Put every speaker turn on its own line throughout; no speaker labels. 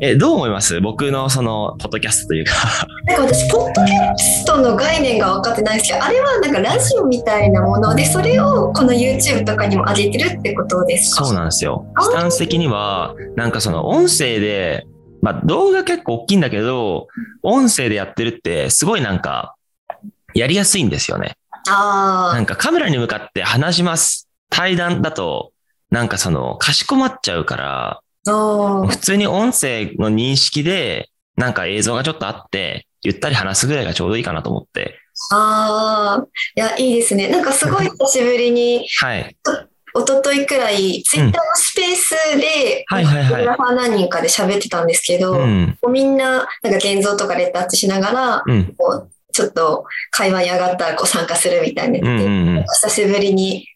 え、どう思います僕のその、ポッドキャストというか。
なんか私ポッドキャストの概念が分かってないんですけどあれはなんかラジオみたいなものでそれをこの YouTube とかにも上げてるってことですか
そうなんですよ。スタンス的には、なんかその音声で、まあ動画結構大きいんだけど、音声でやってるってすごいなんか、やりやすいんですよね。な
あ
んかカメラに向かって話します。対談だと、なんかその、かしこまっちゃうから、
ーおー
普通に音声の認識で、なんか映像がちょっとあって、ゆったり話すぐらいがちょうどいいかなと思って。
あーいやいいですねなんかすごい久しぶりに
はい。
一昨日くらいツイッターのスペースで、
はいはいはい
フォトグラファー何人かで喋ってたんですけど、
うん。
こうみんななんか現像とかレタッチしながら
うん。
こうちょっと会話に上がったらこう参加するみたいな
うん
やつ
う
で
ん うん。
久しぶりに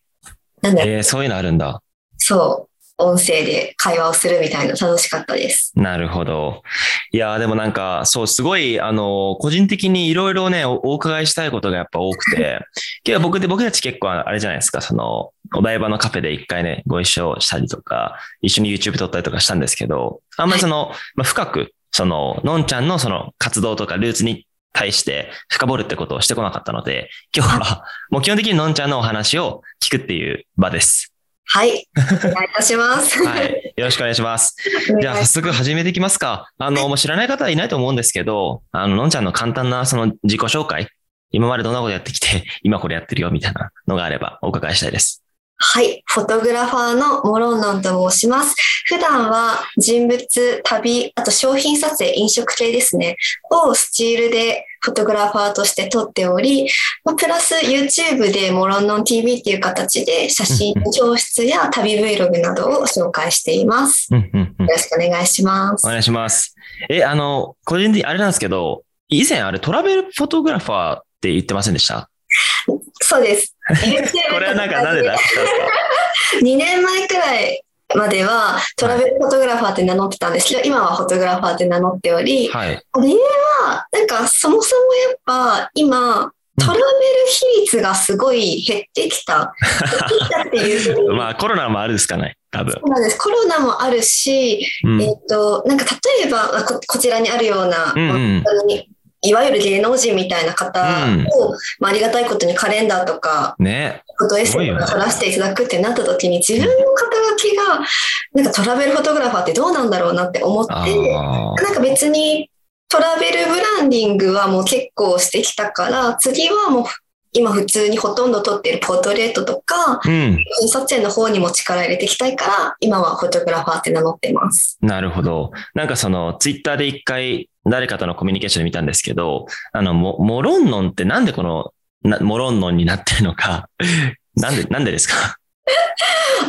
なんだろう
えー、そういうのあるんだ。
そう音声で会話をするみたいな楽しかったです。
なるほど。いやー、でもなんか、そう、すごい、あのー、個人的にいろいろね、おお伺いしたいことがやっぱ多くて、結構僕で、僕たち結構あれじゃないですか、その、お台場のカフェで一回ね、ご一緒したりとか、一緒に YouTube 撮ったりとかしたんですけど、あんまりその、まあ、深く、その、のんちゃんのその活動とかルーツに対して深掘るってことをしてこなかったので、今日は、もう基本的にのんちゃんのお話を聞くっていう場です。
はい、お願いいたします。
はい。よろしくお願いします。
お
じゃあ
願
早
いし
速始めていきますか。あの、もう知らない方はいないと思うんですけど、あの、のんちゃんの簡単なその自己紹介、今までどんなことやってきて、 今これやってるよみたいなのがあればお伺いしたいです。
はい、フォトグラファーのモロンロンと申します。普段は人物、旅、あと商品撮影、飲食系ですね、をスチールでフォトグラファーとして撮っており、まあプラス YouTube でモロンロン TV っていう形で写真教室や旅 Vlog などを紹介しています。
うんうんうん
よ。ろしくお願いします
お。願いします。え、あの、個人的にあれなんですけど、以前あれトラベルフォトグラファーって言ってませんでした
そうです。YouTube
これはなんかなんでだったんですか
2年前くらいまではトラベルフォトグラファーって名乗ってたんですけど、今はフォトグラファーって名乗ってお り、
はい。
理由はなんかそもそもやっぱ今トラベル比率がすごい減って きた。減ってきたっていう。
まあコロナもあるですかね、多分
そ。うなんですコロナもあるし、
うん。
えっと、なんか例えばここちらにあるような、
うんうん
本当にいわゆる芸能人みたいな方を、まあ、ありがたいことにカレンダーとか
ね。
ことエッセイを話していただくってなった時に自分の肩書きがなんかトラベルフォトグラファーってどうなんだろうなって思って
ああ。
なんか別にトラベルブランディングはもう結構してきたから次はもう今普通にほとんど撮ってるポートレートとか
うん。
印刷店の方にも力入れていきたいから今はフォトグラファーって名乗ってます。
なるほど。なんかその、ツイッターで一回、誰かとのコミュニケーションで見たんですけど、あの、もモロンノンってなんでこの、なモロンノンになってるのか、 なんで、なんでですか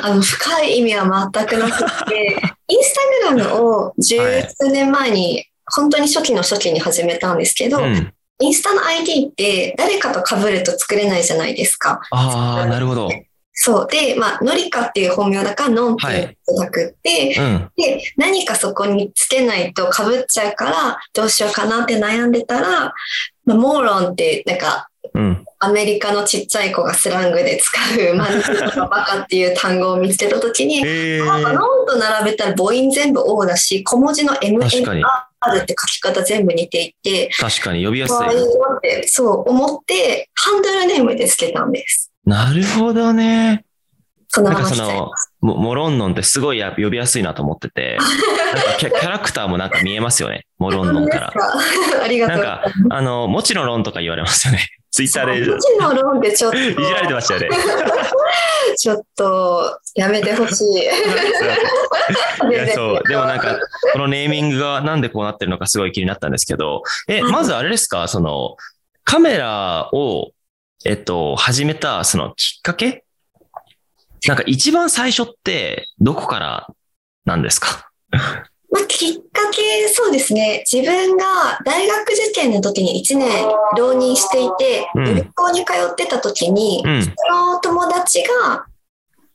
あの深い意味は全くなくて インスタグラムを
は
10
い
数年前に本当に初期の初期に始めたんですけど、
うん。
インスタの ID って誰かと被ると作れないじゃないですか。
ああ、なるほど。
そう。で、まあ、のりかっていう本名だから、のんっていうことなくって、
うん。
で、何かそこにつけないと被っちゃうから、どうしようかなって悩んでたら、まあ、モーロンって、なんか、
うん。
アメリカのちっちゃい子がスラングで使う、マンとかバカっていう単語を見つけたときに、
え
あ
ー、
ロンと並べたら母音全部 O だし、小文字の MNR
確かに
って書き方全部似ていて、
確かに呼びやすい
可。愛いなってそう思ってハンドルネームでつけたんです。
なるほどね。
その
なん
ま
か
ま
そ
来ちゃい
の
ます。、
モモロンノンってすごいや呼びやすいなと思ってて、なんかキャキャラクターもなんか見えますよね、モロンノンから。
本当ですかありがと
な
うんござい
か、あの、もちろんロンとか言われますよね。ツイッタ
ます。
ーで
文字のロンでちょっと、
いじられてましたよ ね。
ちょっとやめてほ しい。
いや、そう。でもなんか、このネーミングがなんでこうなってるのかすごい気になったんですけど、え、
はい
まずあれですか、その、カメラを、えっと、始めた、そのきっかけなんか一番最初って、どこからなんですか
まあ、きっかけ、そうですね。自分が大学受験の時に1年浪人していて、
うん
旅行に通ってた時に、
うん。
その友達が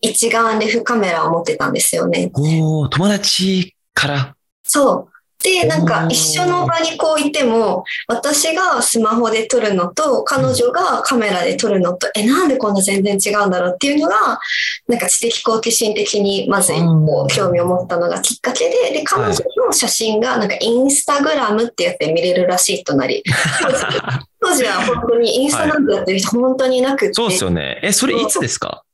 一眼レフカメラを持ってたんですよね。
おー友達から。
そう。で、なんか一緒の場にこういても、私がスマホで撮るのと、彼女がカメラで撮るのと、え、なんでこんな全然違うんだろうっていうのが、なんか知的好奇心的にまずこう興味を持ったのがきっかけで、で、彼女の写真がなんかインスタグラムってやって見れるらしいと なり、当時は本当にインスタなんてやってる人本当にいなくて、
そうですよね。え、それいつですか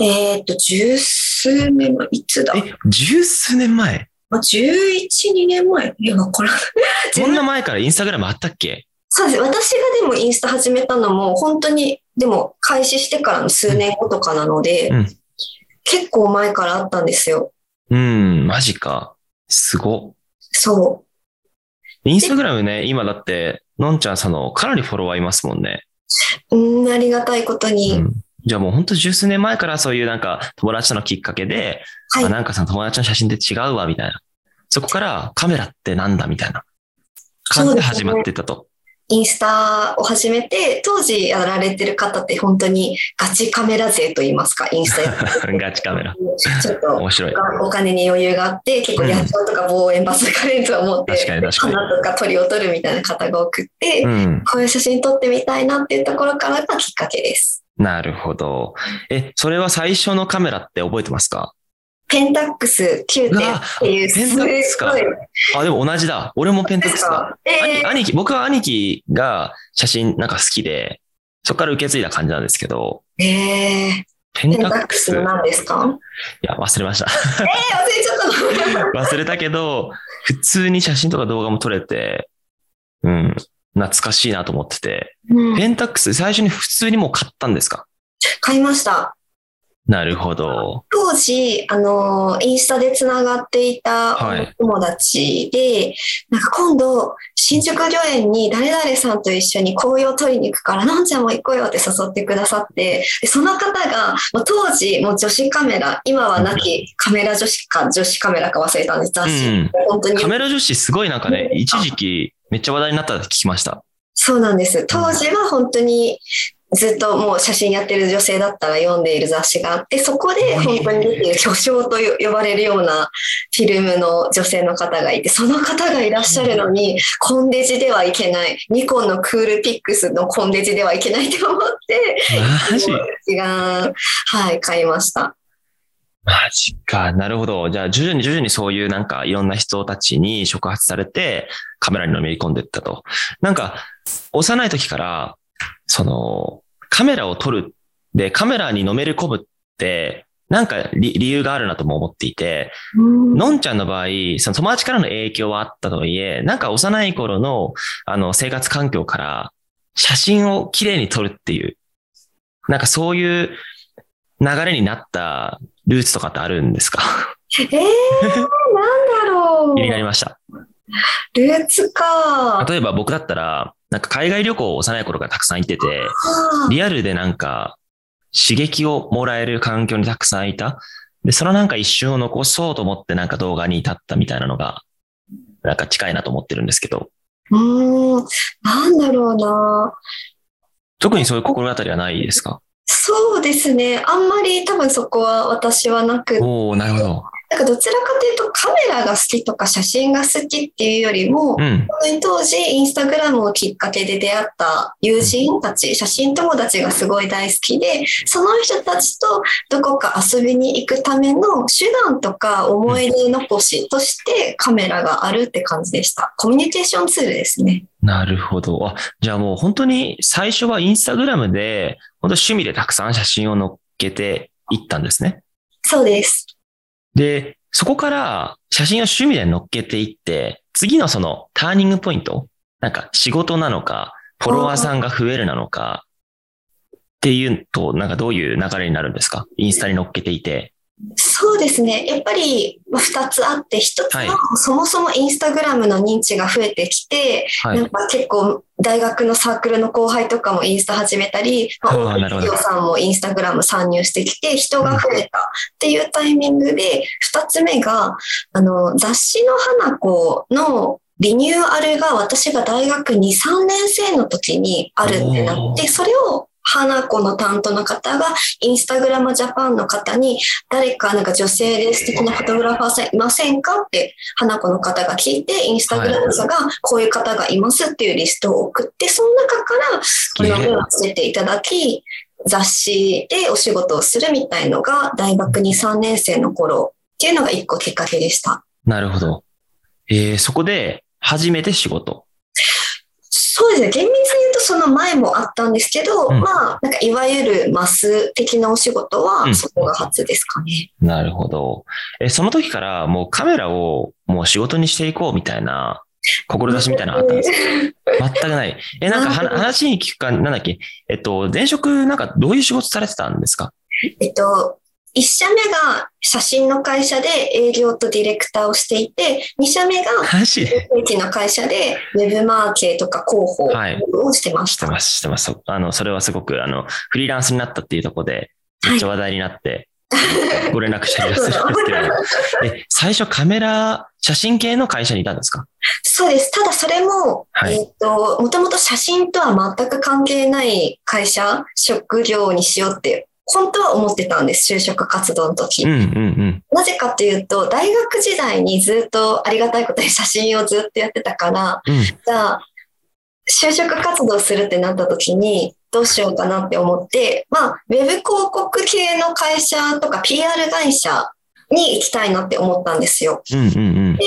えーっと、十数年前、いつだ
え、十数年前
まあ11、2年前いや、わからない。
そんな前からインスタグラムあったっけ
そうです。私がでもインスタ始めたのも、本当に、でも開始してからの数年後とかなので、
うん
結構前からあったんですよ。
うん、マジか。すごっ。
そ
インスタグラムね、今だって、のんちゃんさんのかなりフォロワーいますもんね。
う。うん、ありがたいことに。
うんじゃあもう本当十数年前からそういうなんか友達とのきっかけで、
はい
あなんかその友達の写真って違うわ、みたいな。そこからカメラってなんだみたいな感じで始まってたと。
インスタを始めて、当時やられてる方って本当にガチカメラ勢と言いますか、インスタや ってる
ガチカメラ。
ちょっと。
面白い。
お金に余裕があって、結構野鳥とか望遠バスカレンズを持って、
確かに確かに
花とか鳥を撮るみたいな方が多くって、
うん。
こういう写真撮ってみたいなっていうところからがきっかけです。
なるほど。え、それは最初のカメラって覚えてますか
ペンタックス9点っていう、
ペンタックスか
すごい
あ、でも同じだ。俺もペンタックスだ。
え
兄兄貴、僕は兄貴が写真なんか好きで、そこから受け継いだ感じなんですけど、
ー、え
ペ
ー、
ン
ペン
タ
タッ
ッ
ク
ク
ス
ス。
の何ですか
いや、忘れました。
えー、忘れちゃったの
忘れたけど、普通に写真とか動画も撮れて、うん、懐かしいなと思ってて。
うん
ペンタックス、最初に普通にもう買ったんですか
買いました。
なるほど。
当時、あのー、インスタでつながっていた
はい
お友達で、なんか今度、新宿御苑に誰々さんと一緒に紅葉を撮りに行くから、なんちゃんも行こうよって誘ってくださって、でその方が、もう当時、もう女子カメラ、今はなきカメラ女子か、女子カメラか忘れたんです、雑誌。
うん
本当に
カメラ女子すごいなんかね、一時期めっちゃ話題になったって聞きました。
そうなんです。当時は本当にずっともう写真やってる女性だったら読んでいる雑誌があって、そこで本当に出ている巨匠と呼ばれるようなフィルムの女性の方がいて、その方がいらっしゃるのに、コンデジではいけない、ニコンのクールピックスのコンデジではいけないと思って、
マジ
違う、はい、買いました。
マジか。なるほど。じゃあ、徐々に徐々にそういうなんかいろんな人たちに触発されて、カメラにのめり込んでいったと。なんか、幼い時から、その、カメラを撮る、で、カメラにのめり込むって、なんか理理由があるなとも思っていて、のんちゃんの場合、その友達からの影響はあったとはいえ、なんか幼い頃の、あの、生活環境から、写真をきれいに撮るっていう、なんかそういう流れになったルーツとかってあるんですか
えー、なんだろう。
気になりました。
ルーツか。
例えば僕だったら、なんか海外旅行を幼い頃からたくさん行ってて、
あー
リアルでなんか刺激をもらえる環境にたくさんいた。で、そのなんか一瞬を残そうと思ってなんか動画に至ったみたいなのが、なんか近いなと思ってるんですけど、
うーん、なんだろうな。
特にそういう心当たりはないですか
そうですね。あんまり多分そこは私はなく、
おおなるほど。
なんかどちらかというとカメラが好きとか写真が好きっていうよりも、
うん。
本当に当時インスタグラムをきっかけで出会った友人たち、写真友達がすごい大好きで、その人たちとどこか遊びに行くための手段とか思い出残しとしてカメラがあるって感じでした。コミュニケーションツールですね。
なるほど。あ、じゃあもう本当に最初はインスタグラムで、本当趣味でたくさん写真を載っけていったんですね。
そうです。
で、そこから写真を趣味で乗っけていって、次のそのターニングポイント、なんか仕事なのか、フォロワーさんが増えるなのか、っていうと、なんかどういう流れになるんですかインスタに乗っけていて。
そうですね。やっぱりまあ二つあって、一つは
はい
そもそもインスタグラムの認知が増えてきて、
はい
なん。か結構大学のサークルの後輩とかもインスタ始めたり、まあ、
あーなるほど
企業さんもインスタグラム参入してきて、人が増えたっていうタイミングで、二つ目が、あの、雑誌の花子のリニューアルが私が大学2、3年生の時にあるってな
お
っ
ー
て、それを花子の担当の方が、インスタグラムジャパンの方に、誰かなんか女性で素敵なフォトグラファーさんいませんかって、花子の方が聞いて、インスタグラムさんが、こういう方がいますっていうリストを送って、その中から、これを目をさせていただき、雑誌でお仕事をするみたいのが、大学2、3年生の頃っていうのが一個きっかけでした。
なるほど。えー、そこで、初めて仕事。
そうですね厳密に言うとその前もあったんですけ
う
ど、
ん
まあなんかいわゆるマス的なお仕事
う
は
ん
そこが初ですかね。
なるほど。え、その時からもうカメラをもう仕事にしていこうみたいな、志みたいなのあったんですか全くない。え、なんかはな話に聞くか、なんだっけ、えっと、前職、なんかどういう仕事されてたんですか
えっと1社目が写真の会社で営業とディレクターをしていて2社目が
話で。
正規の会社でウェブマーケとか広報
はい
をしてまし
して
た。
ます、してます。そあの、それはすごく、あの、フリーランスになったっていうところで、めっちゃ話題にな って、ご連絡したりはするんですけど、え、最初カメラ、写真系の会社にいたんですか
そうです。ただそれも、
はい
えっ、と、もともと写真とは全く関係ない会社、職業にしようって、本当は思ってたんです。就職活動の時。
うん、うん、うん。
なぜかというと、大学時代にずっとありがたいことに写真をずっとやってたから、
うん、
じゃあ、就職活動するってなった時に、どうしようかなって思って、まあ、ウェブ広告系の会社とか PR 会社に行きたいなって思ったんですよ。
うん、うん、うん。
で、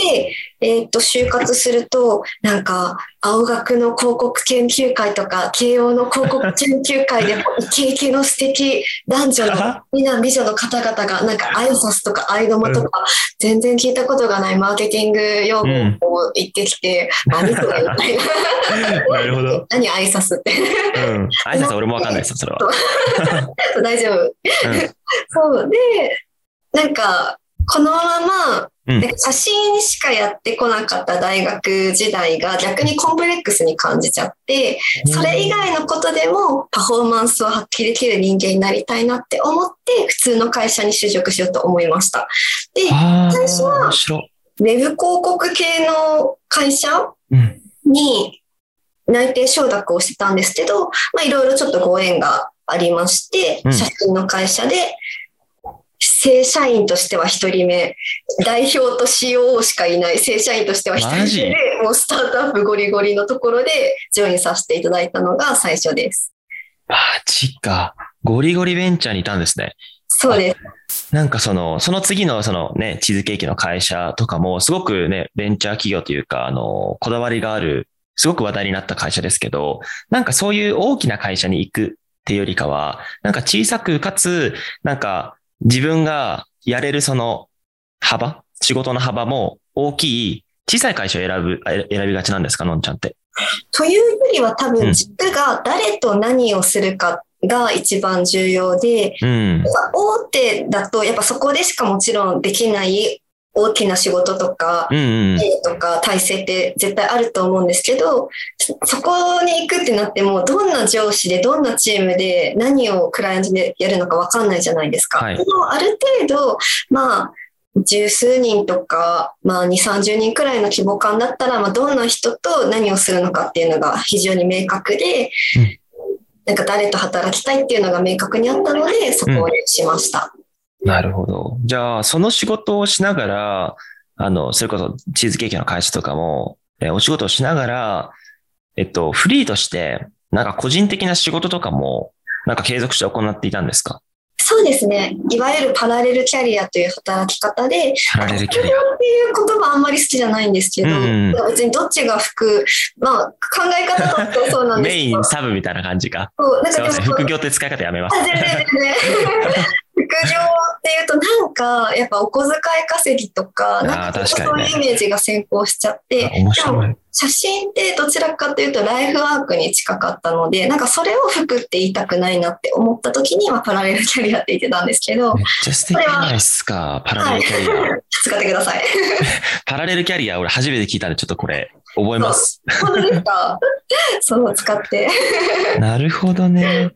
えーっと、就活すると、なんか、青学の広告研究会とか、慶応の広告研究会でも、イケイケの素敵男女の美男美女の方々が、なんか挨拶とか合いの間とか、全然聞いたことがないマーケティング用語を言ってきて、何それみたいな。
なるほど。
何挨拶って。
うん。挨拶俺もわかんないですよ、それは。
大丈夫。そう。で、なんか、このまま、
うん
なんか写真しかやってこなかった大学時代が逆にコンプレックスに感じちゃって、
うん
それ以外のことでもパフォーマンスを発揮できる人間になりたいなって思って、普通の会社に就職しようと思いました。で、
あー
最初は
面白い。
ウェブ広告系の会社
うん。
に内定承諾をしてたんですけど、まあ、いろいろちょっとご縁がありまして、
うん
写真の会社で正社員としては1人目代表と COO しかいない正社員としては1人
マ
目
ジ
でもうスタートアップゴリゴリのところでジョインさせていただいたのが最初です。
マジか。ゴリゴリベンチャーにいたんですね。
そうです。
なんかその、その次のそのね、チーズケーキの会社とかも、すごくね、ベンチャー企業というか、あの、こだわりがある、すごく話題になった会社ですけど、なんかそういう大きな会社に行くっていうよりかは、なんか小さくかつ、なんか自分がやれるその幅、仕事の幅も大きい、小さい会社を選ぶ、え選びがちなんですか、のんちゃんって。
というよりは多
うん
分軸が誰と何をするかが一番重要で、
うん。
まあ大手だとやっぱそこでしかもちろんできない大きな仕事とか、
うんうん
経営とか体制って絶対あると思うんですけどそそこに行くってなってもどんな上司でどんなチームで何をクライアントでやるのか分かんないじゃないですか。
はい
でもある程度まあ十数人とか、まあ、2、30人くらいの規模感だったら、まあ、どんな人と何をするのかっていうのが非常に明確で、
うん
なんか誰と働きたいっていうのが明確にあったので、そこにしました。
なるほど。じゃあ、その仕事をしながら、あの、それこそチーズケーキの会社とかも、えーお仕事をしながら、えっと、フリーとして、なんか個人的な仕事とかも、なんか継続して行っていたんですか
そうですね。いわゆるパラレルキャリアという働き方で、
パラレルキャリ
っていう言葉あんまり好きじゃないんですけど、
うん
別にどっちが服、まあ考え方だとそうな
ア。
んです
メ
け
イ
ど
ン、、サブみたいな感じか。
そうなん
すい
か
ません。
でも
副業って使い方やめます。
あ全然 全然副業っていうとなんかやっぱお小遣い稼ぎとか
あー
なんか
確
そ
か
う
に
い
ね
うイメージが先行しちゃって
あ面白い
でも写真ってどちらかというとライフワークに近かったのでなんかそれを服って言いたくないなって思った時に、まあ、パラレルキャリアって言ってたんですけど
めっちゃ素敵じゃないですか。パラレルキャリア。
使ってくださ い。
パラレルキャリア、俺初めて聞いたんで、ちょっとこれ、覚えます。
本当ですか そう、使って。
なるほどね。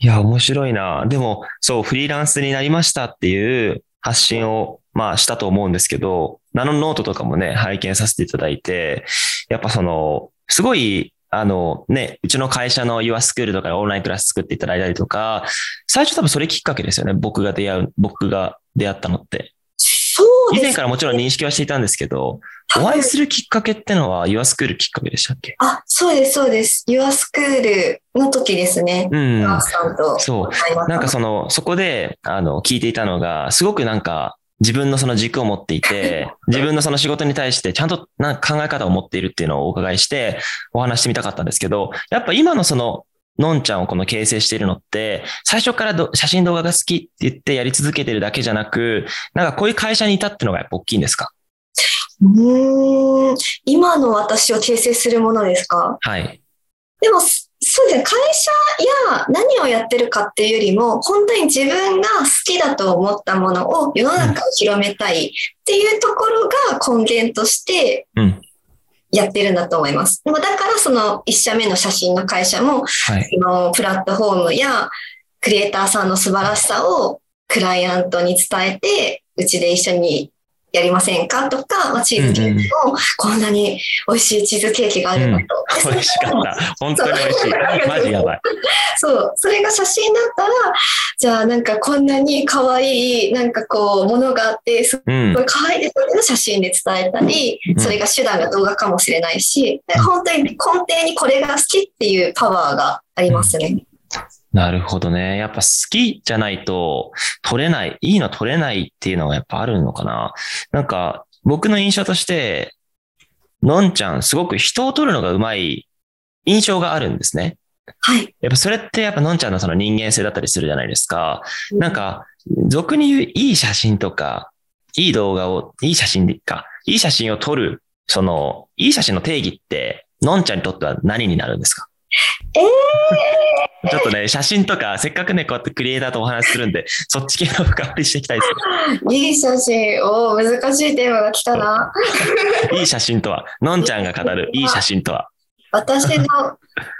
いや、面白いな。でも、そう、フリーランスになりましたっていう発信を、まあ、したと思うんですけど、ナノノートとかもね、拝見させていただいて、やっぱその、すごいあのね、うちの会社の YourSchool とかでオンラインクラス作っていただいたりとか、最初多分それきっかけですよね。僕が出会う、僕が出会ったのって。
そう
以
で
前
す。
からもちろん認識はしていたんですけど、
多
お
分
会いするきっかけってのは YourSchool きっかけでしたっけ
あ、そうです、そうです。YourSchool の時ですね。
うん。
マークさんと。
そう。なんかその、そこで、あの、聞いていたのが、すごくなんか、自分のその軸を持ってい て、自分のその仕事に対してちゃんとなんか考え方を持っているっていうのをお伺いして、お話してみたかったんですけど、やっぱ今のその、のんちゃんをこの形成しているのって、最初からど写真動画が好きって言ってやり続けてるだけじゃなく、なんかこういう会社にいたってのがやっぱ大きいんですか
うーん。今の私を形成するものですか
はい。
でも、そそうですね。会社や何をやってるかっていうよりも、本当に自分が好きだと思ったものを世の中に広めたいっていうところが根源として
うん。
やってるんだと思います。でもだからその一社目の写真の会社も、
はい。
そのプラットフォームやクリエイターさんの素晴らしさをクライアントに伝えて、うちで一緒にやりませんかとか、まあチーズケーキ
うんうん
もこんなに美味しいチーズケーキがあるのと。でそれ
美味しかった。本当に美味しい。マジやばい。
そう。それが写真だったら、じゃあなんかこんなに可愛い、なんかこう、ものがあって、す
うん
ご。い可愛いですよねの写真で伝えたり
う、ん
それが手段が動画かもしれないし、
うん
本当に根底にこれが好きっていうパワーがありますね。
なるほどね。やっぱ好きじゃないと取れない、いいの取れないっていうのがやっぱあるのかな。なんか僕の印象として、のんちゃんすごく人を取るのがうまい印象があるんですね。
はい。
やっぱそれってやっぱのんちゃんのその人間性だったりするじゃないですか。なんか、俗に言ういい写真とか、いい動画を、いい写真でいいか、いい写真を撮る、その、いい写真の定義って、のんちゃんにとっては何になるんですか
え
ちょっとね、写真とか、せっかくね、こうやってクリエイターとお話しするんで、そっち系の深掘りしていきたいです
いい写真を難しいテーマが来 たな。
ね。いい写真とは、のんちゃんが語るいい写真とは。
私の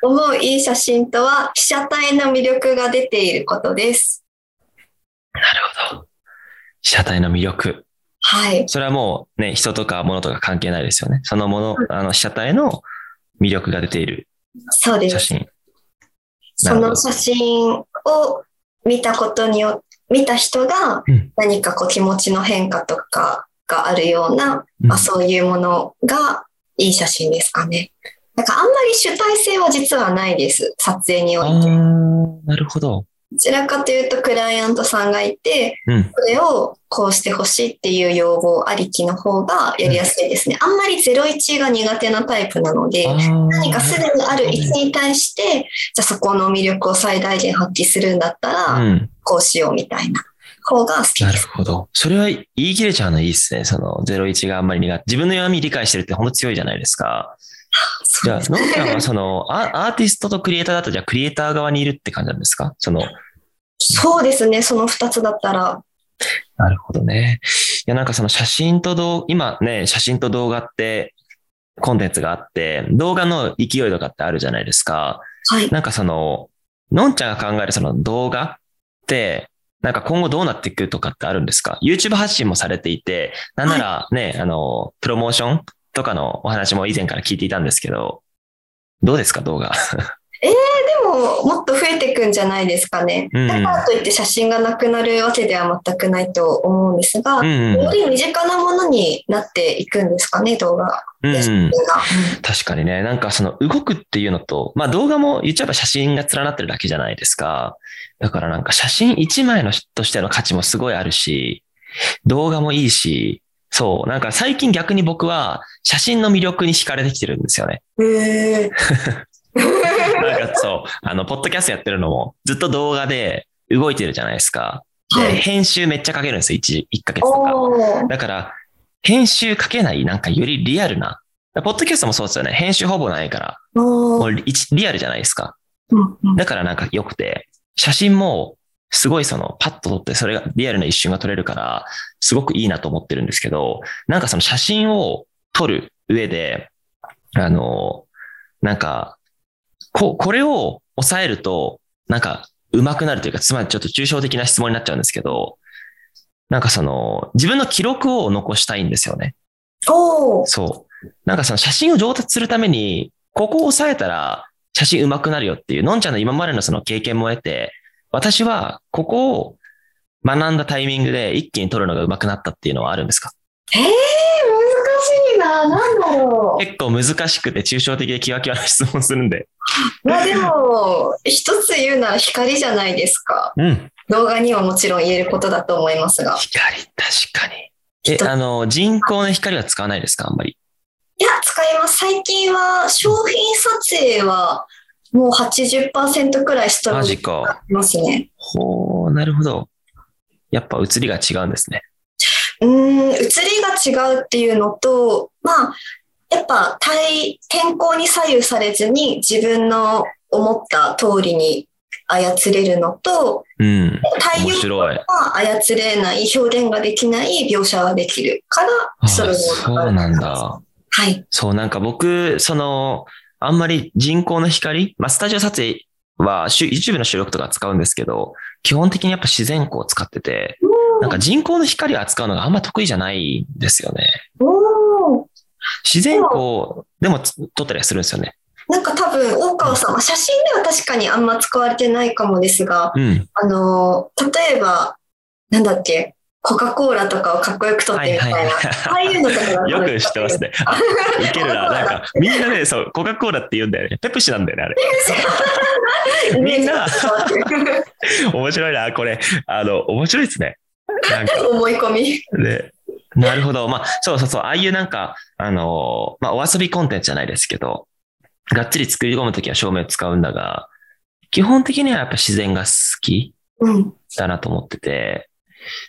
思ういい写真とは、被写体の魅力が出ていることです。
なるほど。被写体の魅力。
はい。
それはもうね、人とか物とか関係ないですよね。そのもの、あの、被写体の魅力が出ている
そうです
写。真。
その写真を見たことによ見た人が
うん
何かこう気持ちの変化とかがあるような、まあ、そういうものがいい写真ですかね。なんかあんまり主体性は実はないです。撮影において。
ああ、なるほど。
どちらかというとクライアントさんがいて、
うん。
これをこうしてほしいっていう要望ありきの方がやりやすいですね。あんまり01が苦手なタイプなので、何
何
かすでにある位置に対して、じゃあそこの魅力を最大限発揮するんだったら、
うん。
こうしようみたいな方が好き
な
で
る
す。
ほど。それは言い切れちゃうのいいですね。その01があんまり苦手。自分の弱み理解してるってほんと強いじゃないですか。じ
そう
ゃあ、
です
のんちゃんはそのア、アーティストとクリエイターだと、じゃあクリエイター側にいるって感じなんですかその、
そうですね、その2つだったら。
なるほどね。いや、なんかその写真と動、今ね、写真と動画って、コンテンツがあって、動画の勢いとかってあるじゃないですか。
はい。
なんかその、のんちゃんが考えるその動画って、なんか今後どうなっていくとかってあるんですか ?YouTube 発信もされていて、なんならね、あの、プロモーションとかのお話も以前から聞いていたんですけど、どうですか動画。
でも、もっと増えていくんじゃないですかね。
うん
だからといって写真がなくなるわけでは全くないと思うんですが、
うんうん
より身近なものになっていくんですかね、動画
うん
や写
うん
真が。
確かにね、なんかその動くっていうのと、まあ動画も言っちゃえば写真が連なってるだけじゃないですか。だからなんか写真一枚のとしての価値もすごいあるし、動画もいいし、そう、なんか最近逆に僕は写真の魅力に惹かれてきてるんですよね。
へ ー
なんかそう、あの、ポッドキャストやってるのもずっと動画で動いてるじゃないですか。で、
はい
編集めっちゃかけるんですよ、1、一ヶ月とか。
おー
だから、編集かけない、なんかよりリアルな。ポッドキャストもそうですよね。編集ほぼないから。も
おー
う一リアルじゃないですか。
うんうん
だからなんか良くて、写真もすごいそのパッと撮ってそれがリアルな一瞬が撮れるから、すごくいいなと思ってるんですけど、なんかその写真を撮る上で、あの、なんか、こ、これを抑えると、なんか上手くなるというか、つまりちょっと抽象的な質問になっちゃうんですけど、なんかその自分の記録を残したいんですよね。
おー
そう。なんかその写真を上達するために、ここを抑えたら写真上手くなるよっていう、のんちゃんの今までのその経験も得て、私はここを学んだタイミングで一気に撮るのが上手くなったっていうのはあるんですか
えー、難しいな。なんだろう。
結構難しくて抽象的でキワキワな質問するんで。
まあでも、一つ言うなら光じゃないですか。
うん。
動画にはもちろん言えることだと思いますが。
光、確かに。え、
人
あの、人工の光は使わないですかあんまり。
いや、使います。最近は商品撮影はもう80%くらいストロ
マ
ー
ジ
ク
か。
ますね。
ほう、なるほど。やっぱ映りが違うんですね。
うーん、写りが違うっていうのと、まあ、やっぱ体、天候に左右されずに自分の思った通りに操れるのと、
うん。
太
面
陽
白い。
は操れない、表現ができない描写はできるから、
あ
それを
そうなん。だ。
はい。
そう、なんか僕、その、あんまり人工の光、まあ、スタジオ撮影はしゅ YouTube の収録とか使うんですけど、基本的にやっぱ自然光を使ってて、なんか人工の光を扱うのがあんま得意じゃないんですよね。
おー
自然光、でもつ撮ったりはするんですよね。
なんか多分、大川さんは写真では確かにあんま使われてないかもですが、
うん。
あのー、例えば、なんだっけ、コカ・コーラとかをかっこよく撮って
は
み
い
た
はいい
な。ああ
はいい。
うのとか が
よく知ってますね。あいける な。なんか、みんなね、そう、コカ・コーラって言うんだよね。ペプシなんだよね、あれ。みんな面白いな、これ。あの、面白いですね。なんか、
思い込み。
で、なるほど。まあ、そうそうそう。ああいうなんか、あのーまあ、お遊びコンテンツじゃないですけど、がっつり作り込むときは照明を使うんだが、基本的にはやっぱ自然が好き
うん。
だなと思ってて、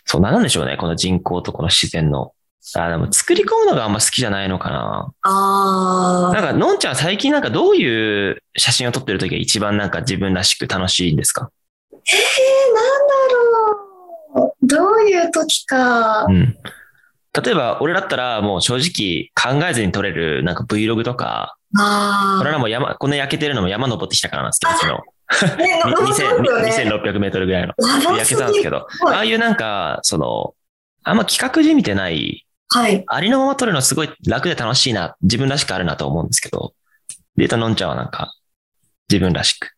そう、なんなんでしょうね。この人工とこの自然の。あーでも作り込むのがあんま好きじゃないのかな。
あ
なん
あ。
か、のんちゃんは最近なんかどういう写真を撮ってるときが一番なんか自分らしく楽しいんですか
えー、なんだろう。どういう時か。
うん。例えば、俺だったらもう正直考えずに撮れるなんか Vlog とか、
あ
これ
あ。
はもう山、この焼けてるのも山登ってきたからなんですけど、昨
ね、の
日
そうですよね。
2000 2600メートルぐらいの
長
焼け
す
たんです
ぎ
け
る。
ど、ああいうなんか、その、あんま企画じみてない、
はい。
ありのまま撮るのすごい楽で楽しいな、自分らしくあるなと思うんですけど、データのんちゃんはなんか、自分らしく。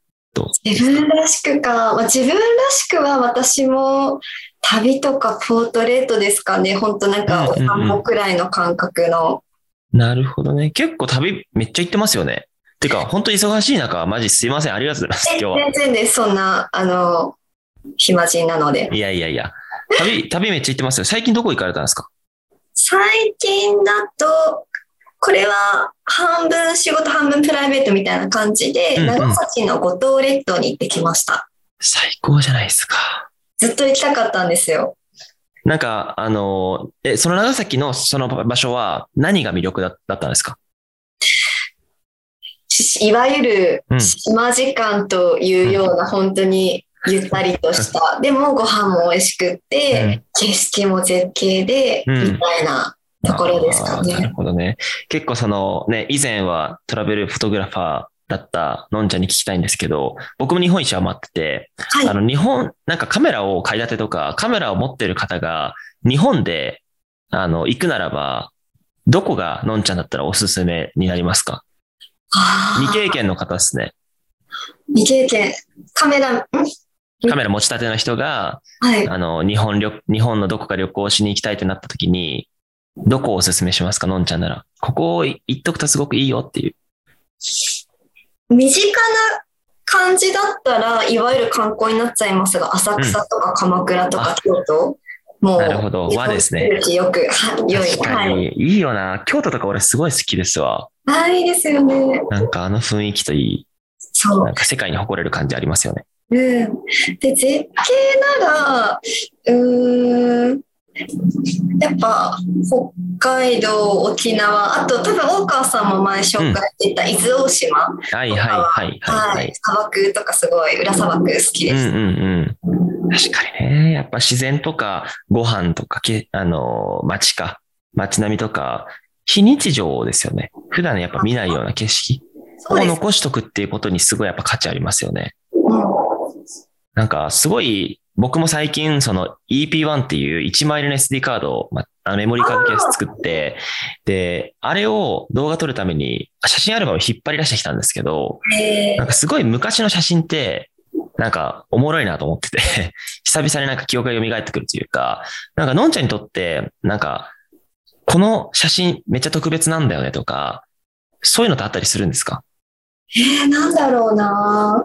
自分らしくか。まあ、自分らしくは私も旅とかポートレートですかね。本当なんかお
うんうんうん
散歩くらいの感覚の。
なるほどね。結構旅めっちゃ行ってますよね。てか、本当忙しい中、マジすいません。ありがとうございます。今日は。
全然です。そんな、あの、暇人なので。
いやいやいや。旅、旅めっちゃ行ってますよ。最近どこ行かれたんですか
最近だと、これは半分仕事半分プライベートみたいな感じで、
うんうん
長崎の五島列島に行ってきました。
最高じゃないですか。
ずっと行きたかったんですよ。
なんか、あの、え、その長崎のその場所は何が魅力だだったんですか
しいわゆる
うん
島時間というような本当にゆったりとした、でもご飯も美味しくって、景色も絶景で、
うん
みたいなところですか
あーな
ね。
るほどね。結構そのね、以前はトラベルフォトグラファーだったのんちゃんに聞きたいんですけど、僕も日本一は待ってて、
はい
あ。の日本、なんかカメラを買い立てとか、カメラを持ってる方が日本で、あの、行くならば、どこがのんちゃんだったらおすすめになりますか
あー
未経験の方ですね。
未経験。カメラ、ん
カメラ持ち立ての人が、
はい。
あの、日本旅、日本のどこか旅行しに行きたいってなった時に、どこをおすすめしますか、のんちゃんなら。ここを行っとくとすごくいいよっていう。
身近な感じだったらいわゆる観光になっちゃいますが浅草とか鎌倉とか京都、もう
なるほど和ですね
よくは良い
確か
はい
に、いいよな。京都とか俺すごい好きですわ。
はいいですよね
なんかあの雰囲気といい、
そ
なんか世界に誇れる感じありますよね。
ううんで絶景ならうーんやっぱ北海道沖縄あと多分大川さんも前紹介していた伊豆大島、
はいはいはいはい、
は
はいい。
砂漠とかすごい裏砂漠好き
う
です、
んうんうん。確かにね。やっぱ自然とか、ご飯とか、けあのー、街か、街並みとか、非日常ですよね。普段やっぱ見ないような景色。
そう
を
です、
残しとくっていうことにすごいやっぱ価値ありますよね。
うん
なんかすごい僕も最近、その EP1 っていう1枚入りの SD カードを、まあのメモリーカードケース作って、で、あれを動画撮るために、写真アルバムを引っ張り出してきたんですけど、
え
なんかすごい昔の写真って、なんかおもろいなと思って て、久々になんか記憶が蘇ってくるというか、なんかのんちゃんにとって、なんか、この写真めっちゃ特別なんだよねとか、そういうのってあったりするんですか
ー、なんだろうな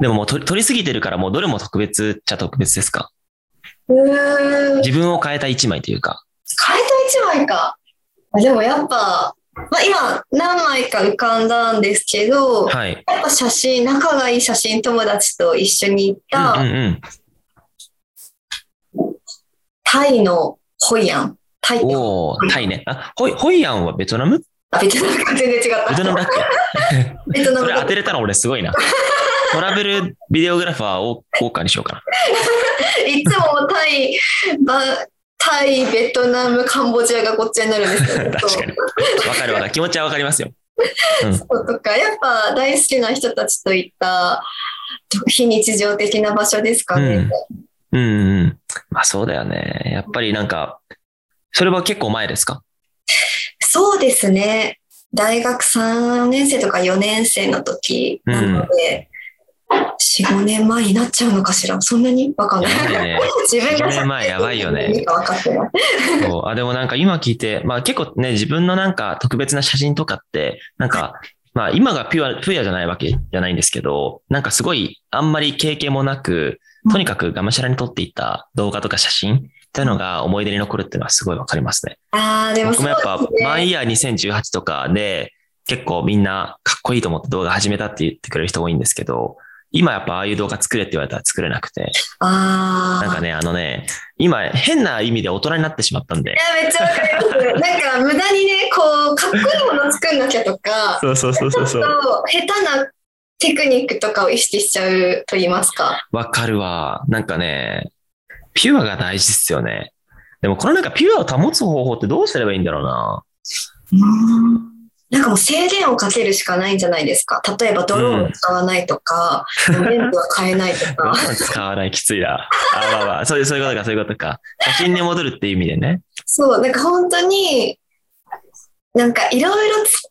でももう撮り撮りすぎてるからもうどれも特別っちゃ特別ですか
うーん。変え
自分を変えた一枚というか。
た1枚か。あでもやっぱ、まあ、今何枚か浮かんだんですけど、
はい。
やっぱ写真、仲がいい写真友達と一緒に行
う
っ
ん
た
うんうん。
タイのホイアン。タイって
おおタイね。あ、ホイ、ホイアンはベトナム
あ、ベトナムか全然違っ
ベト
た。
ナムだっ
ベト
け
ナ
そ
ム
れ
だ
当てれたら俺すごいな。トラベルビデオグラファーを効果にしようかな。
いつもタイ、ばタイ、ベトナム、カンボジアがごっちゃになるんですけど。
確かに。わかるわかる。気持ちはわかりますよ。
そうとか、やっぱ大好きな人たちといった非日常的な場所ですかね。
うんうんうん。まあそうだよね。やっぱりなんか、それは結構前ですか
そうですね。大学3年生とか4年生の時なので、4、5年前になっちゃうのかしら。そんなにわかん
や
ない。
ばいね。
自分が
4年前やばいよね
何か分かってない。
そうあでもなんか今聞いて、まあ結構ね、自分のなんか特別な写真とかって、なんか、まあ今がピュア、ピュアじゃないわけじゃないんですけど、なんかすごいあんまり経験もなく、とにかくがむしゃらに撮っていた動画とか写真っていうのが思い出に残るっていうのはすごいわかりますね。
ああ、でも
僕
そう
も
で
やっぱ
す、ね。
マイヤー2018とかで、結構みんなかっこいいと思って動画始めたって言ってくれる人多いんですけど、今やっぱああいう動画作れって言われたら作れなくて、
ああ。
なんかね、あのね、今変な意味で大人になってしまったんで
い、や、めっちゃわかります。なんか、無駄にね、こう、かっこいいもの作んなきゃとか、
そうそうそうそう
ちょ
そ
っ
う。
と下手なテクニックとかを意識しちゃうと言いますか。
わかるわ。なんかね、ピュアが大事っすよね。でもこのなんかピュアを保つ方法ってどうすればいいんだろうな。
なんかもう制限をかけるしかないんじゃないですか。例えばドローンを使わない とか、レンズは変えないとか。
使わないきついな。あまあまあ、そういう、そういうことか、そういうことか。写真に戻るっていう意味でね。
そう、なんか本当に、なんかいろいろつ、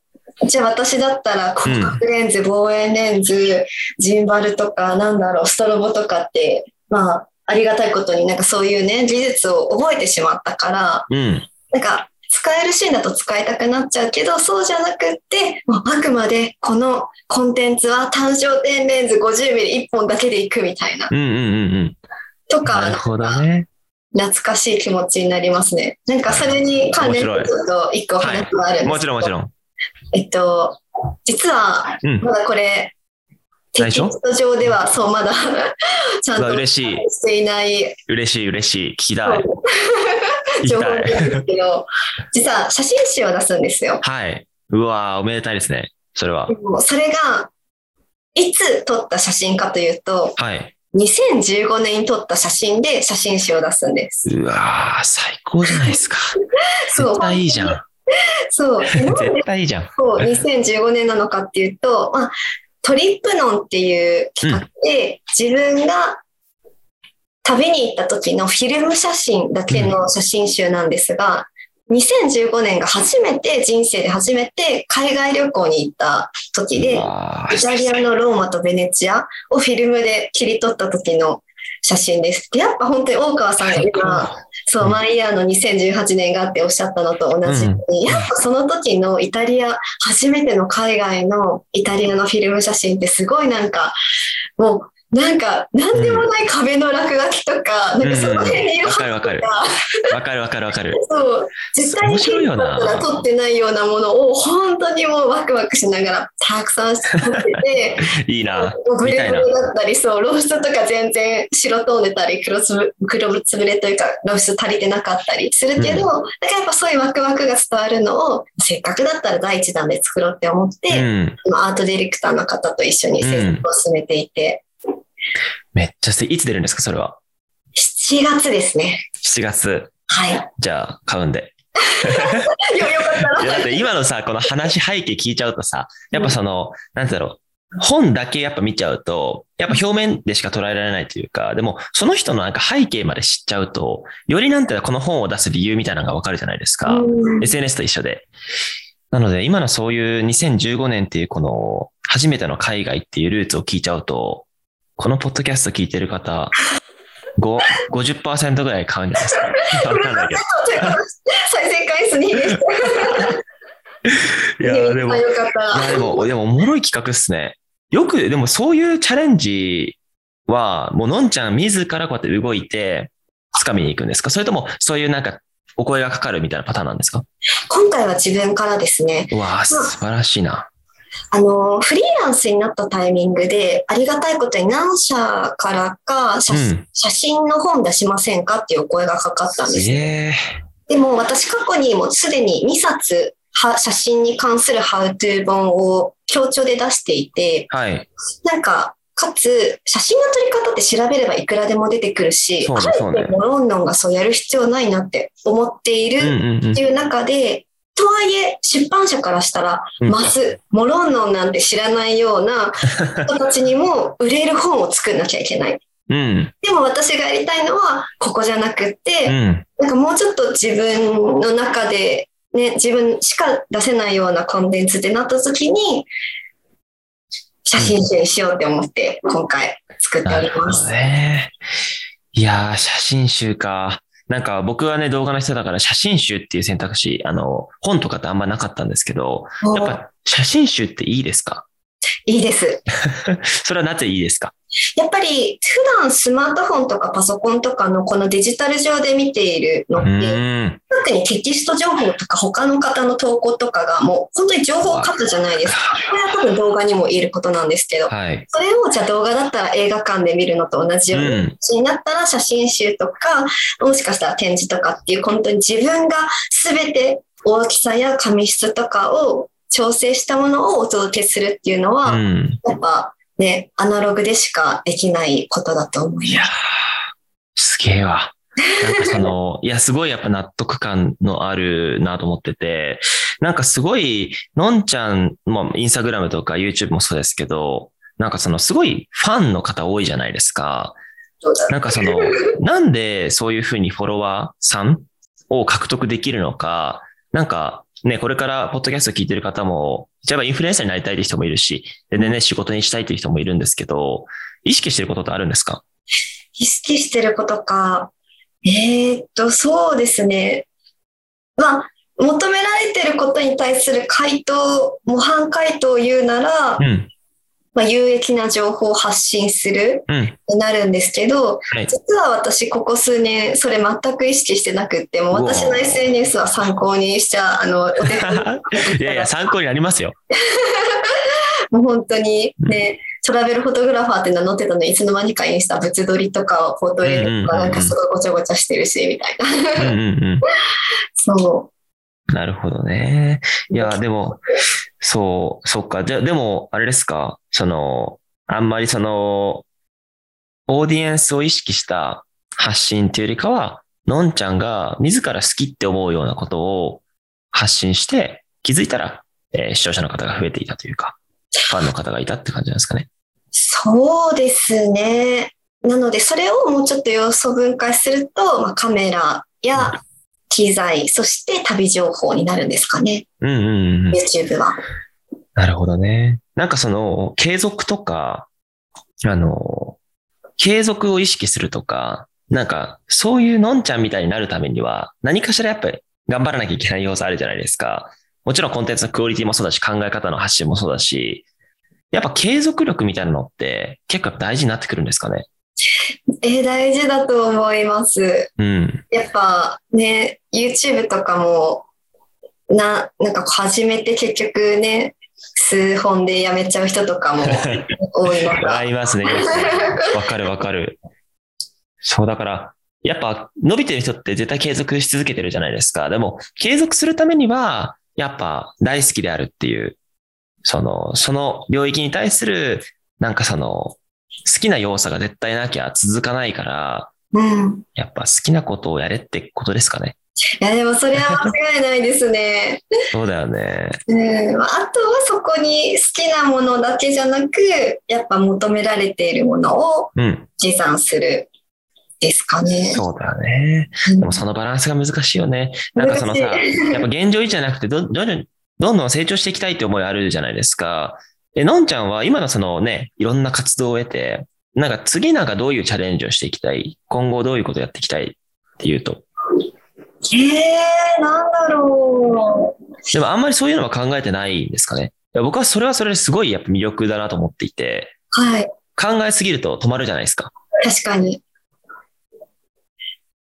じゃあ私だったら広角レンズ、望遠レンズ、ジンバルとか、なんだろう、ストロボとかって、まあ、ありがたいことになんかそういうね、技術を覚えてしまったから、
うん。
なんか使えるシーンだと使いたくなっちゃうけど、そうじゃなくって、もうあくまでこのコンテンツは単焦点レンズ50ミリ1本だけでいくみたいな。
うんうんうんうん。
と
な
か
る、ほどね。
懐かしい気持ちになりますね。なんかそれに関連すること一個お話はあるんですけど、
もちろんもちろん。
えっと、実は
うん。
まだこれ、テ
内
キ
緒
スト上では、そう、まだ ちゃん
うわ
と
嬉しい
していない
嬉しい嬉しい。聞きたい。聞き
情報
た
なん
い。
ですけど、実は写真集を出すんですよ。
はい。うわーおめでたいですね。それは
で。もそれが、いつ撮った写真かというと、
はい。
2015年に撮った写真で写真集を出すんです。
うわー最高じゃないですか。
そう
絶、対いいじゃん。
そう。なんで
絶対いいじゃん。
そう2015年なのかっていうと、まあ、トリップノンっていう企画で、自分が旅に行った時のフィルム写真だけの写真集なんですが、2015年が初めて人生で初めて海外旅行に行った時
う
で
わ
イタリア
ー
のローマとベネチアをフィルムで切り取った時の写真です。でやっぱ本当に大川さんが
最高
今そう、
うん
マイヤーの2018年があっておっしゃったのと同じように、やっぱその時のイタリア、初めての海外のイタリアのフィルム写真ってすごいなんか、もう、なんか、なんでもない壁の落書きとか、なんかその辺にいる
わ
ハ
かるわ
ッ
か
と
る。
か、
わかるわかるわかる。
そう、絶対に
面白いよな
が撮ってないようなものを、本当にもうワクワクしながらたくさん撮ってて、
いいな。
もうブ
みた
レ
い
ブ
な
レだったり、そう、ローストとか全然白飛んでたり、黒つぶ、黒つぶれというか、ロースト足りてなかったりするけど、なんかやっぱそういうワクワクが伝わるのを、せっかくだったら第一弾で作ろうって思っ
う
て、
ん。
まあアートディレクターの方と一緒に制作を進めていて、
めっちゃ素敵。いつ出るんですか、それは。
7月ですね。
7月。
はい。
じゃあ、買うんで。
よ、よかった
いや
ら。
だって今のさ、この話背景聞いちゃうとさ、やっぱその、なんてだろう。本だけやっぱ見ちゃうと、やっぱ表面でしか捉えられないというか、でもその人のなんか背景まで知っちゃうと、よりなんていうかこの本を出す理由みたいなのがわかるじゃないですか。
うん
SNS と一緒で。なので、今のそういう2015年っていうこの初めての海外っていうルーツを聞いちゃうと、このポッドキャスト聞いてる方、ご50%ぐらい買うんじゃないですか。 わかんないけ
再生 回数に比例して
ど。いや、でも、
あ
い
よかっ
やで
た。
も、でもおもろい企画っすね。よく、でもそういうチャレンジは、もうのんちゃん自らこうやって動いて、掴みに行くんですかそれとも、そういうなんか、お声がかかるみたいなパターンなんですか
今回は自分からですね、
うわー素晴らしいな。
あの、フリーランスになったタイミングで、ありがたいことに何社からか写,、
うん
写真の本出しませんかっていうお声がかかったんです。
え
でも私過去にもうすでに2冊は写真に関するハウトゥー本を強調で出していて、
ー、はい。
なんか、かつ、写真の撮り方って調べればいくらでも出てくるし、
そうね
あえ
そうね
てもロンドンがそうやる必要ないなって思っている、
うんうんうん
っていう中で、とはいえ、出版社からしたら、
うん
マス、モロンノンなんて知らないよ うな人たちにも売れる本を作んなきゃいけない。
うん。
でも私がやりたいのは、ここじゃなくって、
うん。
なんかもうちょっと自分の中で、ね、自分しか出せないようなコンテンツってなった時に、写真集にしようって思って、今回作ってお
な
り
るほ
ま
ど
す。
ね。いやー、写真集か。なんか僕はね、動画の人だから写真集っていう選択肢、あの、本とかってあんまなかったんですけど、やっ
もう
ぱ写真集っていいですか
いいです。
それはなぜいいですか
やっぱり普段スマートフォンとかパソコンとかのこのデジタル上で見ている
う
のって、
ーん。
特にテキスト情報とか他の方の投稿とかがもう本当に情報カットじゃないですか。これは多分動画にも言えることなんですけど、
はい。
それをじゃあ動画だったら映画館で見るのと同じ
う
ように。
ん。
になったら写真集とか、もしかしたら展示とかっていう、本当に自分が全て大きさや紙質とかを調整したものをお届けするっていうのは、
うん。
やっぱね、アナログでしかできないことだと思い
い
ま
やー、すげえ わ。なんかその、いや、すごいやっぱ納得感のあるなと思ってて、なんかすごい、のんちゃん、まあ、インスタグラムとか YouTube もそうですけど、なんかそのすごいファンの方多いじゃないですか。
す。
なんかそ の、なんでそういうふうにフォロワーさんを獲得できるのか、なんかね、これからポッドキャスト聞いてる方も、例えばインフルエンサーになりたいって人もいるし、でね、仕事にしたいって人もいるんですけど、意識してることってあるんですか
意識してることか。えーっと、そうですね。まあ、求められてることに対する回答、模範回答を言うなら
う、ん、
まあ、有益な情報を発信する
うん、
になるんですけど、
はい。
実は私ここ数年それ全く意識してなくってもう私
う
の
わ
SNS は参考にしちゃあのお手本
いやいや、参考になりますよ。
もう本当にね、トラベルフォトグラファーって名乗ってたのにいつの間にかインスタ物撮りとかをポートレートとか
うんうんうんうん
なんかすごいごちゃごちゃしてるしみた
う
いな
んうんうん。
そ
なるほどね。いや、
うん
でも、そう、そっか。じゃ、でも、あれですかその、あんまりその、オーディエンスを意識した発信っていうよりかは、のんちゃんが自ら好きって思うようなことを発信して、気づいたら、えー視聴者の方が増えていたというか、ファンの方がいたって感じなんですかね。
うそうですねなのでそれをもうちょっと要素分解すると、まあ、カメラや機材そして旅情報になるんですかね
うんうんうんうん。
YouTube は。
なるほどね。なんかその、継続とか、あの、継続を意識するとか、なんか、そういうのんちゃんみたいになるためには、何かしらやっぱり頑張らなきゃいけない要素あるじゃないですか。もちろんコンテンツのクオリティもそうだし、考え方の発信もそうだし、やっぱ継続力みたいなのって結構大事になってくるんですかね。
えー大事だと思います。
うん。
やっぱね、YouTube とかも、な、なんかこう始めて結局ね、数本でやめちゃう人とかも多い
あ
中。
りますね。いますねわかるわかる。そう、だから、やっぱ伸びてる人って絶対継続し続けてるじゃないですか。でも、継続するためには、やっぱ大好きであるっていう、その、その領域に対する、なんかその、好きな要素が絶対なきゃ続かないから、
うん。
やっぱ好きなことをやれってことですかね。
いや、でもそれは間違いないですね。
そうだよね。
うん、まああとはそこに好きなものだけじゃなく、やっぱ求められているものを
うん。
持参するですかね。
そうだよね。
うん
でもそのバランスが難しいよね。なんかそのさ、
難しい
やっぱ現状維持じゃなくてど、どんどん、どんどん成長していきたいって思いあるじゃないですか。え、のんちゃんは今のそのね、いろんな活動を得て、なんか次なんかどういうチャレンジをしていきたい今後どういうことやっていきたいっていうと。
えー、なんだろう。
でもあんまりそういうのは考えてないんですかね。いや僕はそれはそれですごいやっぱ魅力だなと思っていて、
はい、
考えすぎると止まるじゃないですか。
確かに。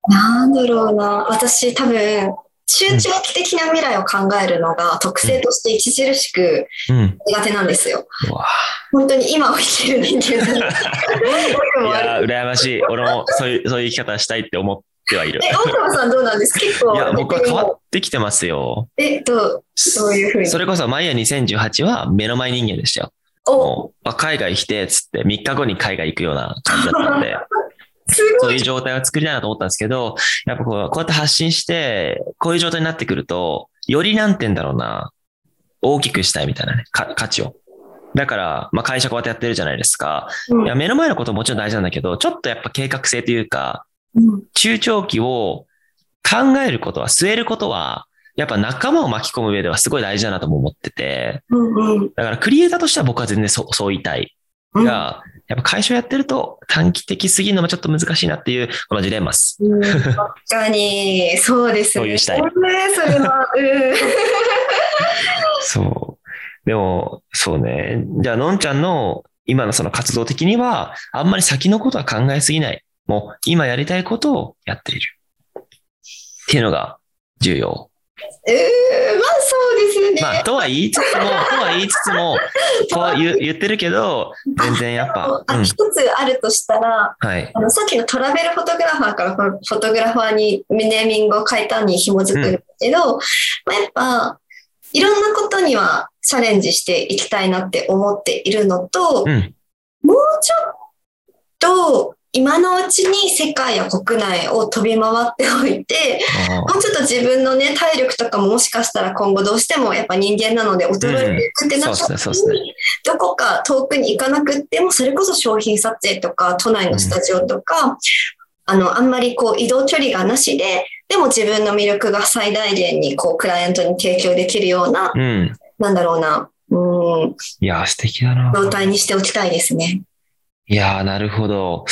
なんだろうな。私多分、中長期的な未来を考えるのが特性として著しく
うん。
苦手なんですよ。
うわ
本当に今を生きてる人間なんで僕
い
も悪い
やー、羨ましい。俺もそういう、そういう生き方したいって思ってはいる。
え、大川さんどうなんです結構。
いや、僕は変わってきてますよ。
え、どうそういうふうに
それこそ、マイヤ2018は目の前人間でしたよ。
お、
もうあ海外来て、つって3日後に海外行くような感じだったん で、
す
そ
ご
うい。
いう
状態を作りたいなと思ったんですけど、やっぱこうこうやって発信して、こういう状態になってくると、よりなんて言うんだろうな、大きくしたいみたいなね、か価値を。だから、まあ、会社こうやってやってるじゃないですか。
うん
いや目の前のことももちろん大事なんだけど、ちょっとやっぱ計画性というか、
うん
中長期を考えることは、据えることは、やっぱ仲間を巻き込む上ではすごい大事だなとも思ってて、
うんうん
だからクリエイターとしては僕は全然そう、そう言いたい。
うん
が、やっぱ会社をやってると短期的すぎるのもちょっと難しいなっていう、このジレンマス。
うん確かに、そうですね。
共有したい
ね、それは、うん。
そう。でも、そうね。じゃあ、のんちゃんの今のその活動的には、あんまり先のことは考えすぎない。もう、今やりたいことをやっている。っていうのが重要。
うんまあ、そうですね。
まあ、とは言いつつも、とは言いつつも、こう言う言ってるけど、全然やっぱ、う
あ
ん
一、つあるとしたら、
はい。
あのさっきのトラベルフォトグラファーからフォフォトグラファーにネーミングを変えたに紐づくんですけど、まあ、やっぱいろんなことにはチャレンジしていきたいなって思っているのと、
うん。
もうちょっと今のうちに世界や国内を飛び回っておいて、
あ
もうちょっと自分のね、体力とかももしかしたら今後どうしてもやっぱ人間なので衰えていくってなった
うんそう
時
っすねそうっす
に、どこか遠くに行かなくっても、それこそ商品撮影とか、都内のスタジオとか、あの、あんまりこう移動距離がなしで、でも自分の魅力が最大限にこうクライアントに提供できるような、
ーうん。
なんだろうな、うん、
いやー、素敵だな。
状態にしておきたいですね。
いやー、なるほど。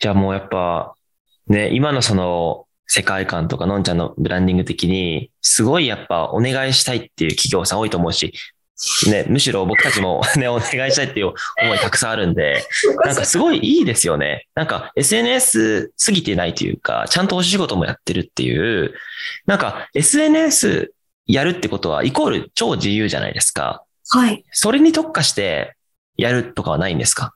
じゃあもうやっぱ、ね、今のその、世界観とか、のんちゃんのブランディング的に、すごいやっぱお願いしたいっていう企業さん多いと思うし、ね、むしろ僕たちも ね、お願いしたいっていう思いたくさんあるんで、なんかすごいいいですよね。なんか SNS 過ぎてないというか、ちゃんとお仕事もやってるっていう、なんか SNS やるってことはイコール超自由じゃないですか。
はい。
それに特化してやるとかはないんですか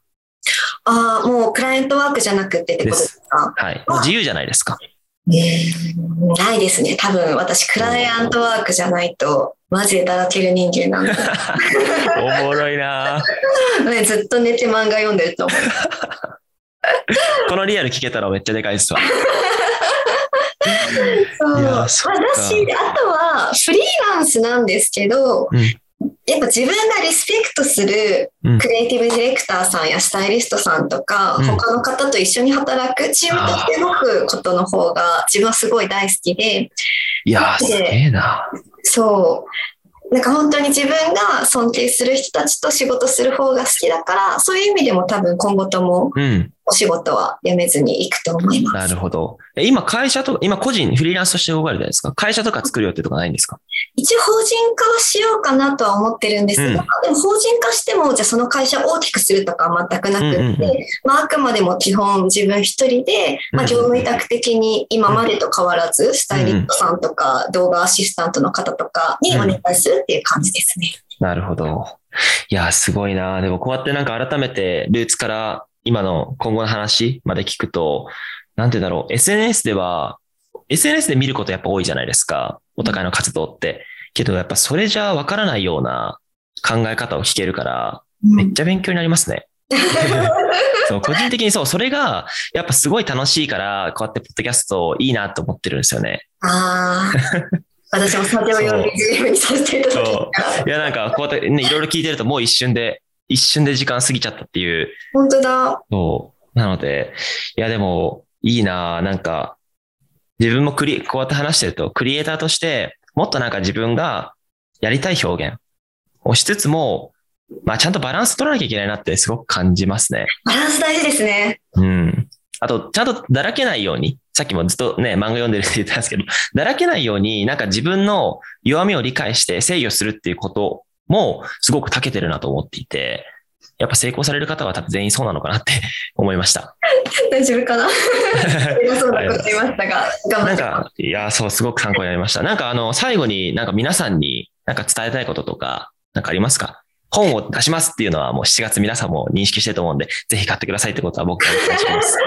ああ、もうクライアントワークじゃなくてってことですか
はい。もう自由じゃないですか。
うーんないですね。多分私、クライアントワークじゃないと、マジでだらける人間なんで
おもろいなぁ
ね、ずっと寝て漫画読んでると思う。
このリアル聞けたらめっちゃでかいっすわ。
そう
いや
まあだし
そっか
あとは、フリーランスなんですけど、
うん
やっぱ自分がリスペクトする
うん
クリエイティブディレクターさんやスタイリストさんとか、
うん
他の方と一緒に働く、チームとして動くことの方が、自分はすごい大好きで、
いやー、すげえな
そう。なんか本当に自分が尊敬する人たちと仕事する方が好きだから、そういう意味でも多分今後とも
うん。
お仕事は辞めずに行くと思いま
な
す。
るほど。え今会社とか、今個人、フリーランスとして動かれるじゃないですか。会社とか作る予定とかないんですか
一応法人化はしようかなとは思ってるんですが、でも法人化しても、じゃあその会社を大きくするとかは全くなくって、
うんうんうん
まああくまでも基本自分一人で、まあ業務委託的に今までと変わらず、スタイリストさんとか動画アシスタントの方とかにお願いするっていう感じですね。
なるほど。いやー、すごいなでもこうやってなんか改めて、ルーツから今の今後の話まで聞くと、なんて言うんだろう。SNS では、SNS で見ることやっぱ多いじゃないですか。お互いの活動って。けどやっぱそれじゃわからないような考え方を聞けるから、
うん
めっちゃ勉強になりますね。そう個人的にそう、それがやっぱすごい楽しいから、こうやってポッドキャストいいなと思ってるんですよね。
ああ。私もそれを
そう
より BGM にさせていただき
そ
た
いや、なんかこうやってね、いろいろ聞いてるともう一瞬で、一瞬で時間過ぎちゃったっていう。
本当だ。
そう。なので、いや、でもいいななんか、自分もクリ、こうやって話してると、クリエイターとしてもっとなんか自分がやりたい表現をしつつも、まあちゃんとバランス取らなきゃいけないなってすごく感じますね。
バランス大事ですね。
うん。あと、ちゃんとだらけないように、さっきもずっとね、漫画読んでるって言ったんですけど、 だらけないように、なんか自分の弱みを理解して制御するっていうことも、すごく長けてるなと思っていて、やっぱ成功される方は多分全員そうなのかなって 思いました。
大丈夫かな偉そうなこと言いましたが、頑
な
張っ
ん
て。
か、いや、そう、すごく参考になりました。なんかあの、最後になんか皆さんになんか伝えたいこととか、なんかありますか本を出しますっていうのはもう7月皆さんも認識してると思うんで、ぜひ買ってくださいってことは僕からお願いします。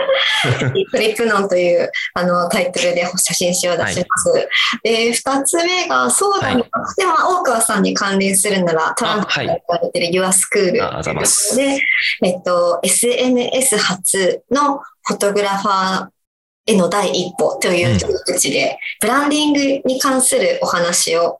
トリップノンというあのタイトルで写真集を出します。で、二つ目が、そうだな。で、まあ、大川さんに関連するなら、トランプ
あは
が
い
言われてる Your School
ああざます
で、えっと、SNS 初のフォトグラファーへの第一歩という手口で、ブランディングに関するお話を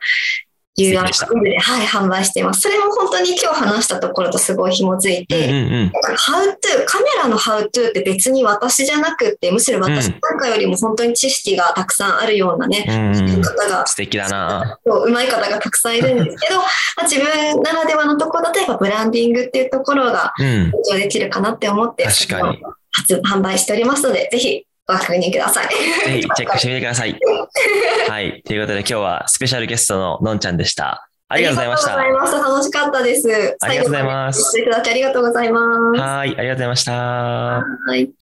てき
URL
ました
で、はい、販売しています。それも本当に今日話したところとすごい紐づいて、
うんうんうん。
ハウトゥー、カメラのハウトゥーって別に私じゃなくって、むしろ私なんかよりも本当に知識がたくさんあるようなね、
うんうん、
方が、
素敵だな。
そう上手い方がたくさんいるんです けど、まあ自分ならではのところ、例えばブランディングっていうところが
うん。
向上できるかなって思って、
確かに
その発販売しておりますので、ぜひご確認ください。
ぜひチェックしてみてくだ さい。はい。ということで今日はスペシャルゲストののんちゃんでした。ありがとうございました。
あり
は
がとうございました。楽しかったです。
ありがとうございます
最後までお聞きいただきありがとうございます。
い。ありがとうございました。
はい